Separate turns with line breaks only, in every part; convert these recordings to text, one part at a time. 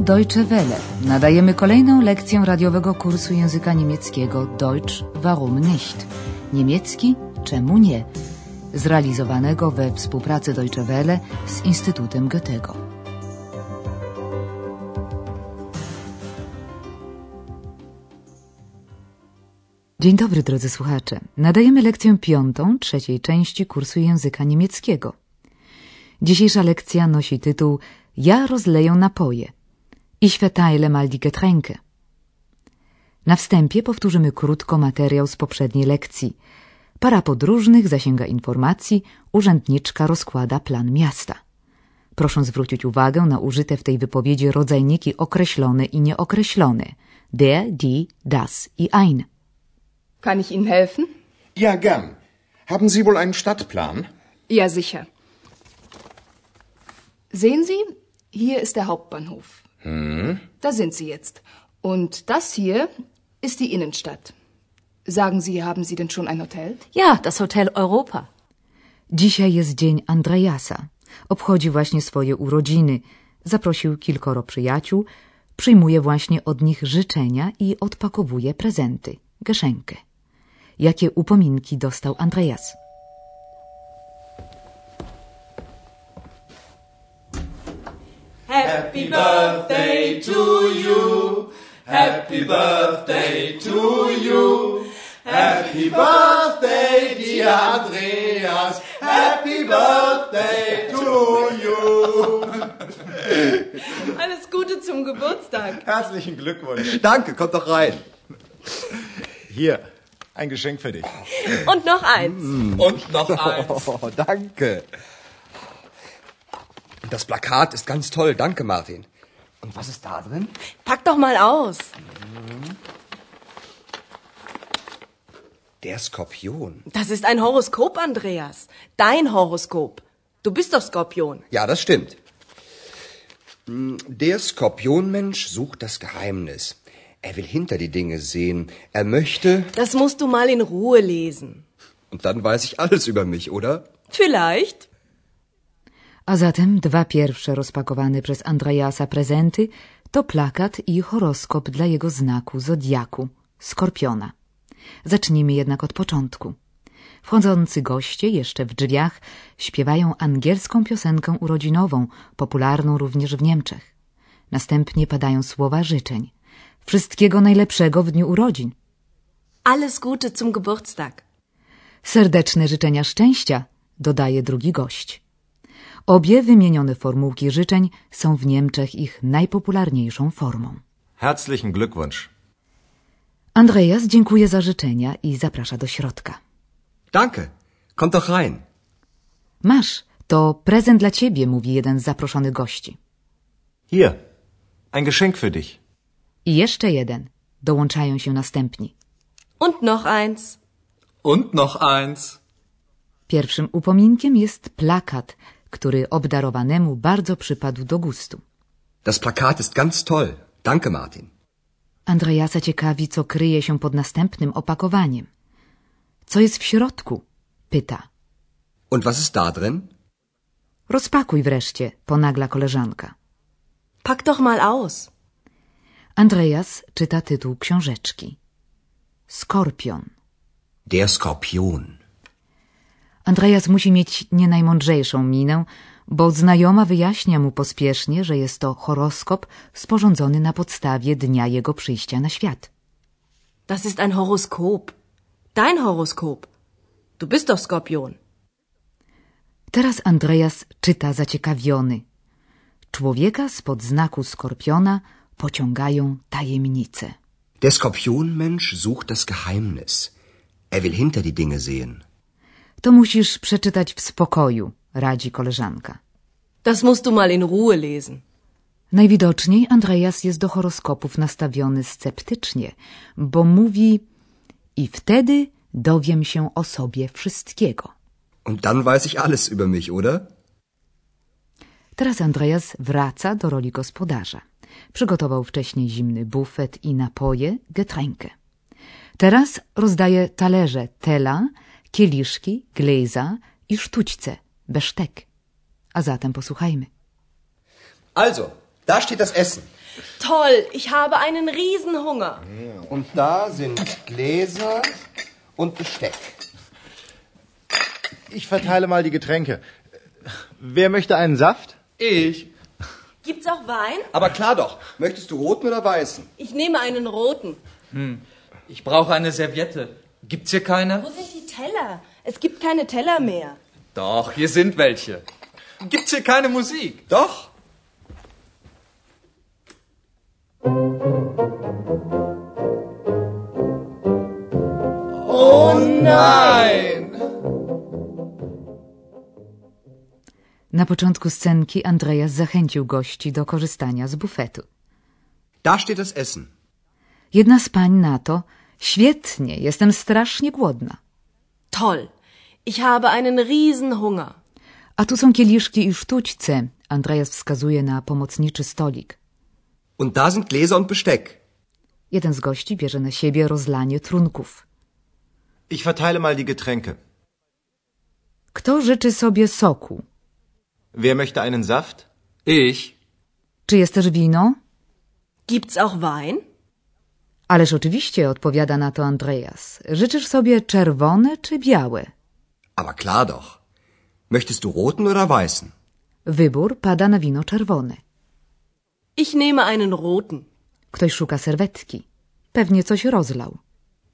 Deutsche Welle. Nadajemy kolejną lekcję radiowego kursu języka niemieckiego Deutsch warum nicht? Niemiecki czemu nie? Zrealizowanego we współpracy Deutsche Welle z Instytutem Goethego. Dzień dobry, drodzy słuchacze. Nadajemy lekcję piątą trzeciej części kursu języka niemieckiego. Dzisiejsza lekcja nosi tytuł Ja rozleję napoje. Ich verteile mal die Getränke. Na wstępie powtórzymy krótko materiał z poprzedniej lekcji. Para podróżnych zasięga informacji, urzędniczka rozkłada plan miasta. Proszę zwrócić uwagę na użyte w tej wypowiedzi rodzajniki określony i nieokreślony. Der, die, das i ein.
Kann ich Ihnen helfen?
Ja, gern. Haben Sie wohl einen Stadtplan?
Ja, sicher. Sehen Sie, hier ist der Hauptbahnhof. Da sind Sie jetzt. Und das hier ist die Innenstadt. Sagen Sie, haben Sie denn schon ein Hotel?
Ja, das Hotel Europa.
Dzisiaj jest dzień Andreasa. Obchodzi właśnie swoje urodziny. Zaprosił kilkoro przyjaciół, przyjmuje właśnie od nich życzenia i odpakowuje prezenty, geszenkę. Jakie upominki dostał Andreas?
Happy birthday to you. Happy birthday to you. Happy birthday, dear Andreas. Happy birthday to you.
Alles Gute zum Geburtstag.
Herzlichen Glückwunsch. Danke, komm doch rein. Hier, ein Geschenk für dich.
Und noch eins.
Und noch eins.
Oh, danke. Das Plakat ist ganz toll. Danke, Martin. Und was ist da drin?
Pack doch mal aus.
Der Skorpion.
Das ist ein Horoskop, Andreas. Dein Horoskop. Du bist doch Skorpion.
Ja, das stimmt. Hm, Der Skorpionmensch sucht das Geheimnis. Er will hinter die Dinge sehen. Er möchte.
Das musst du mal in Ruhe lesen.
Und dann weiß ich alles über mich, oder?
Vielleicht.
A zatem dwa pierwsze rozpakowane przez Andreasa prezenty to plakat i horoskop dla jego znaku zodiaku skorpiona. Zacznijmy jednak od początku. Wchodzący goście jeszcze w drzwiach śpiewają angielską piosenkę urodzinową, popularną również w Niemczech. Następnie padają słowa życzeń. Wszystkiego najlepszego w dniu urodzin.
Alles Gute zum Geburtstag.
Serdeczne życzenia szczęścia, dodaje drugi gość. Obie wymienione formułki życzeń są w Niemczech ich najpopularniejszą formą.
Herzlichen Glückwunsch.
Andreas dziękuję za życzenia i zaprasza do środka.
Danke. Kommt doch rein.
Masz, to prezent dla ciebie, mówi jeden z zaproszonych gości.
Hier, ein Geschenk für dich.
I jeszcze jeden. Dołączają się następni.
Und noch eins.
Und noch eins.
Pierwszym upominkiem jest plakat, który obdarowanemu bardzo przypadł do gustu.
Das Plakat ist ganz toll. Danke, Martin.
Andreasa ciekawi, co kryje się pod następnym opakowaniem. Co jest w środku? Pyta.
Und was ist da drin?
Rozpakuj wreszcie, ponagla koleżanka.
Pack doch mal aus.
Andreas czyta tytuł książeczki. Skorpion.
Der Skorpion.
Andreas musi mieć nie najmądrzejszą minę, bo znajoma wyjaśnia mu pospiesznie, że jest to horoskop sporządzony na podstawie dnia jego przyjścia na świat.
Das ist ein Horoskop. Dein Horoskop. Du bist doch Skorpion.
Teraz Andreas czyta zaciekawiony. Człowieka spod znaku skorpiona pociągają tajemnice.
Der Skorpionmensch sucht das Geheimnis. Er will hinter die Dinge sehen.
To musisz przeczytać w spokoju, radzi koleżanka.
Das musst du mal in Ruhe lesen.
Najwidoczniej Andreas jest do horoskopów nastawiony sceptycznie, bo mówi: I wtedy dowiem się o sobie wszystkiego.
Und dann weiß ich alles über mich, oder?
Teraz Andreas wraca do roli gospodarza. Przygotował wcześniej zimny bufet i napoje, getränkę. Teraz rozdaje talerze tela, kieliszki, glejza i sztućce, besztek. A zatem posłuchajmy.
Also, da steht das Essen.
Toll, ich habe einen Riesenhunger.
Und da sind Gläser und Besteck.
Ich verteile mal die Getränke. Wer möchte einen Saft?
Ich?
Gibt's auch Wein?
Aber klar doch. Möchtest du roten oder weißen?
Ich nehme einen roten.
Ich brauche eine Serviette. Gibt's hier keine?
Wo sind die Teller? Es gibt keine Teller mehr.
Doch, hier sind welche. Gibt's hier keine Musik?
Doch.
Na początku scenki Andreas zachęcił gości do korzystania z bufetu.
Da steht das Essen.
Jedna z pań na to: Świetnie, jestem strasznie głodna.
Toll, ich habe einen Riesenhunger.
A tu są kieliszki i sztućce. Andreas wskazuje na pomocniczy stolik.
Und da sind Gläser und Besteck.
Jeden z gości bierze na siebie rozlanie trunków.
Ich verteile mal die Getränke.
Kto życzy sobie soku?
Wer möchte einen Saft?
Ich?
Czy jest też wino?
Gibt's auch Wein?
Ależ oczywiście, odpowiada na to Andreas. Życzysz sobie czerwone czy białe?
Aber klar doch. Möchtest du roten oder weißen?
Wybór pada na wino czerwone.
Ich nehme einen roten.
Ktoś szuka serwetki. Pewnie coś rozlał.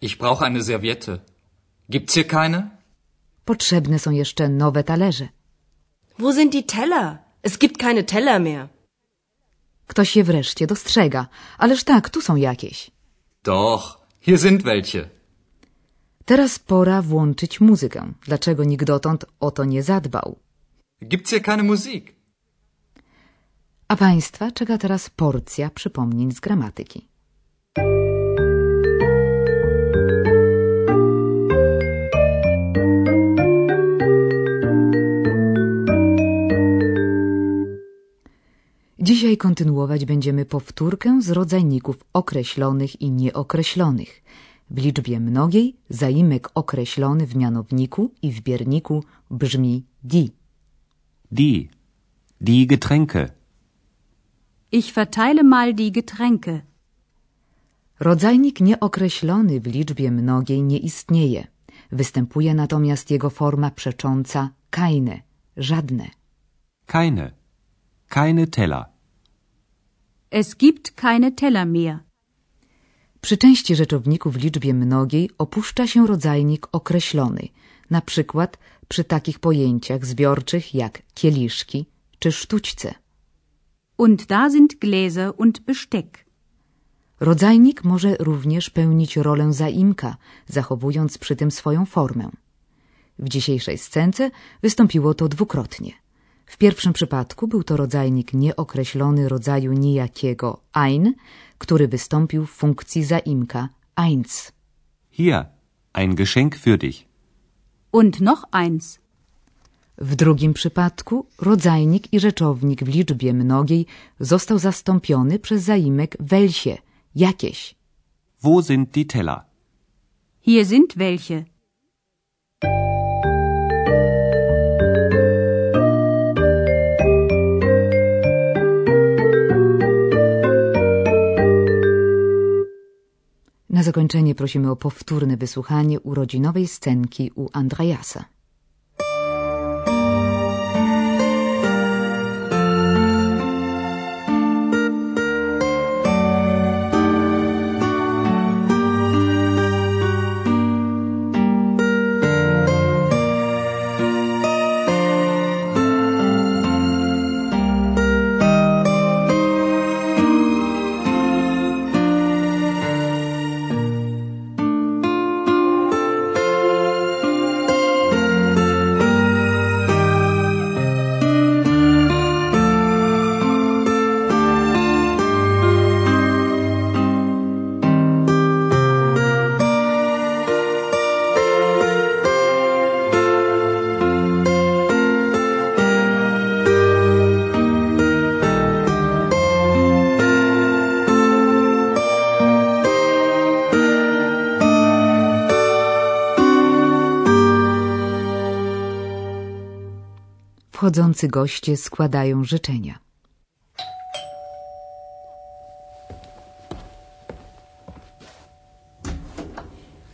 Ich brauche eine Serviette. Gibt's hier keine?
Potrzebne są jeszcze nowe talerze.
Wo sind die Teller? Es gibt keine Teller mehr.
Ktoś je wreszcie dostrzega. Ależ tak, tu są jakieś.
Doch, hier sind welche.
Teraz pora włączyć muzykę. Dlaczego nikt dotąd o to nie zadbał?
Gibt's hier keine Musik?
A Państwa czeka teraz porcja przypomnień z gramatyki. Dzisiaj kontynuować będziemy powtórkę z rodzajników określonych i nieokreślonych. W liczbie mnogiej zaimek określony w mianowniku i w bierniku brzmi di.
Die. Die Getränke.
Ich verteile mal die Getränke.
Rodzajnik nieokreślony w liczbie mnogiej nie istnieje. Występuje natomiast jego forma przecząca keine, żadne.
Keine. Keine Teller.
Es gibt keine Teller mehr.
Przy części rzeczowników w liczbie mnogiej opuszcza się rodzajnik określony, na przykład przy takich pojęciach zbiorczych jak kieliszki czy sztućce.
Und da sind Gläser und Besteck.
Rodzajnik może również pełnić rolę zaimka, zachowując przy tym swoją formę. W dzisiejszej scence wystąpiło to dwukrotnie. W pierwszym przypadku był to rodzajnik nieokreślony rodzaju nijakiego ein, który wystąpił w funkcji zaimka eins.
Hier. Ein Geschenk für dich.
Und noch eins.
W drugim przypadku rodzajnik i rzeczownik w liczbie mnogiej został zastąpiony przez zaimek welsie, jakieś.
Wo sind die Teller?
Hier sind welche.
Na zakończenie prosimy o powtórne wysłuchanie urodzinowej scenki u Andreasa. Wchodzący goście składają życzenia.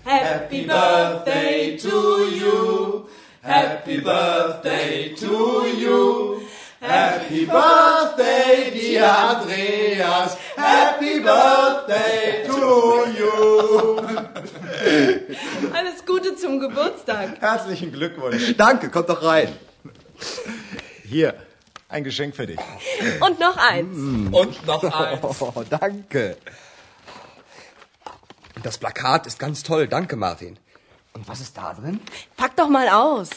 Happy birthday to you. Happy birthday to you. Happy birthday, dear Andreas. Happy birthday to you.
Alles Gute zum Geburtstag.
Herzlichen Glückwunsch.
Danke, kommt doch rein.
Hier, ein Geschenk für dich.
Und noch eins.
Und noch eins.
Oh, danke. Das Plakat ist ganz toll. Danke, Martin. Und was ist da drin?
Pack doch mal aus.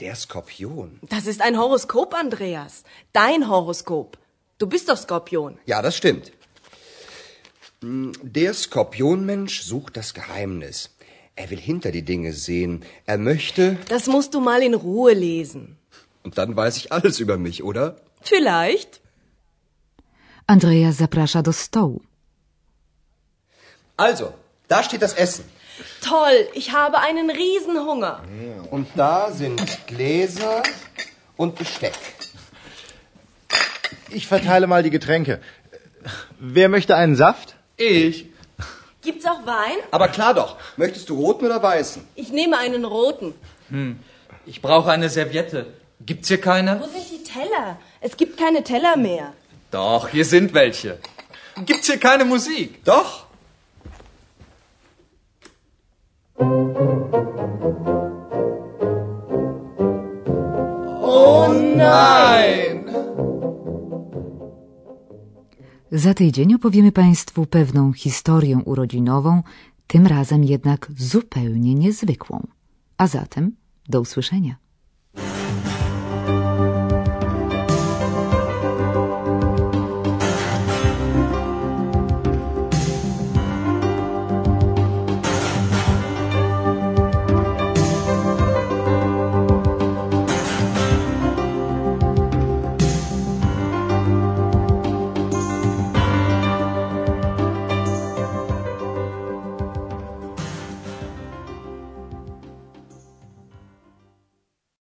Der Skorpion.
Das ist ein Horoskop, Andreas. Dein Horoskop. Du bist doch Skorpion.
Ja, das stimmt. Hm, Der Skorpionmensch sucht das Geheimnis. Er will hinter die Dinge sehen. Er möchte.
Das musst du mal in Ruhe lesen.
Und dann weiß ich alles über mich, oder?
Vielleicht.
Andrea zaprasza do stołu.
Also, da steht das Essen.
Toll, ich habe einen Riesenhunger.
Und da sind Gläser und Besteck.
Ich verteile mal die Getränke. Wer möchte einen Saft?
Ich.
Gibt's auch Wein?
Aber klar doch. Möchtest du roten oder weißen?
Ich nehme einen roten.
Ich brauche eine Serviette. Gibt's hier
Wo
keine?
sind die Teller? Es gibt keine Teller mehr.
Doch, hier sind welche. Gibt's hier keine Musik?
Doch.
Za tydzień opowiemy Państwu pewną historię urodzinową, tym razem jednak zupełnie niezwykłą. A zatem do usłyszenia.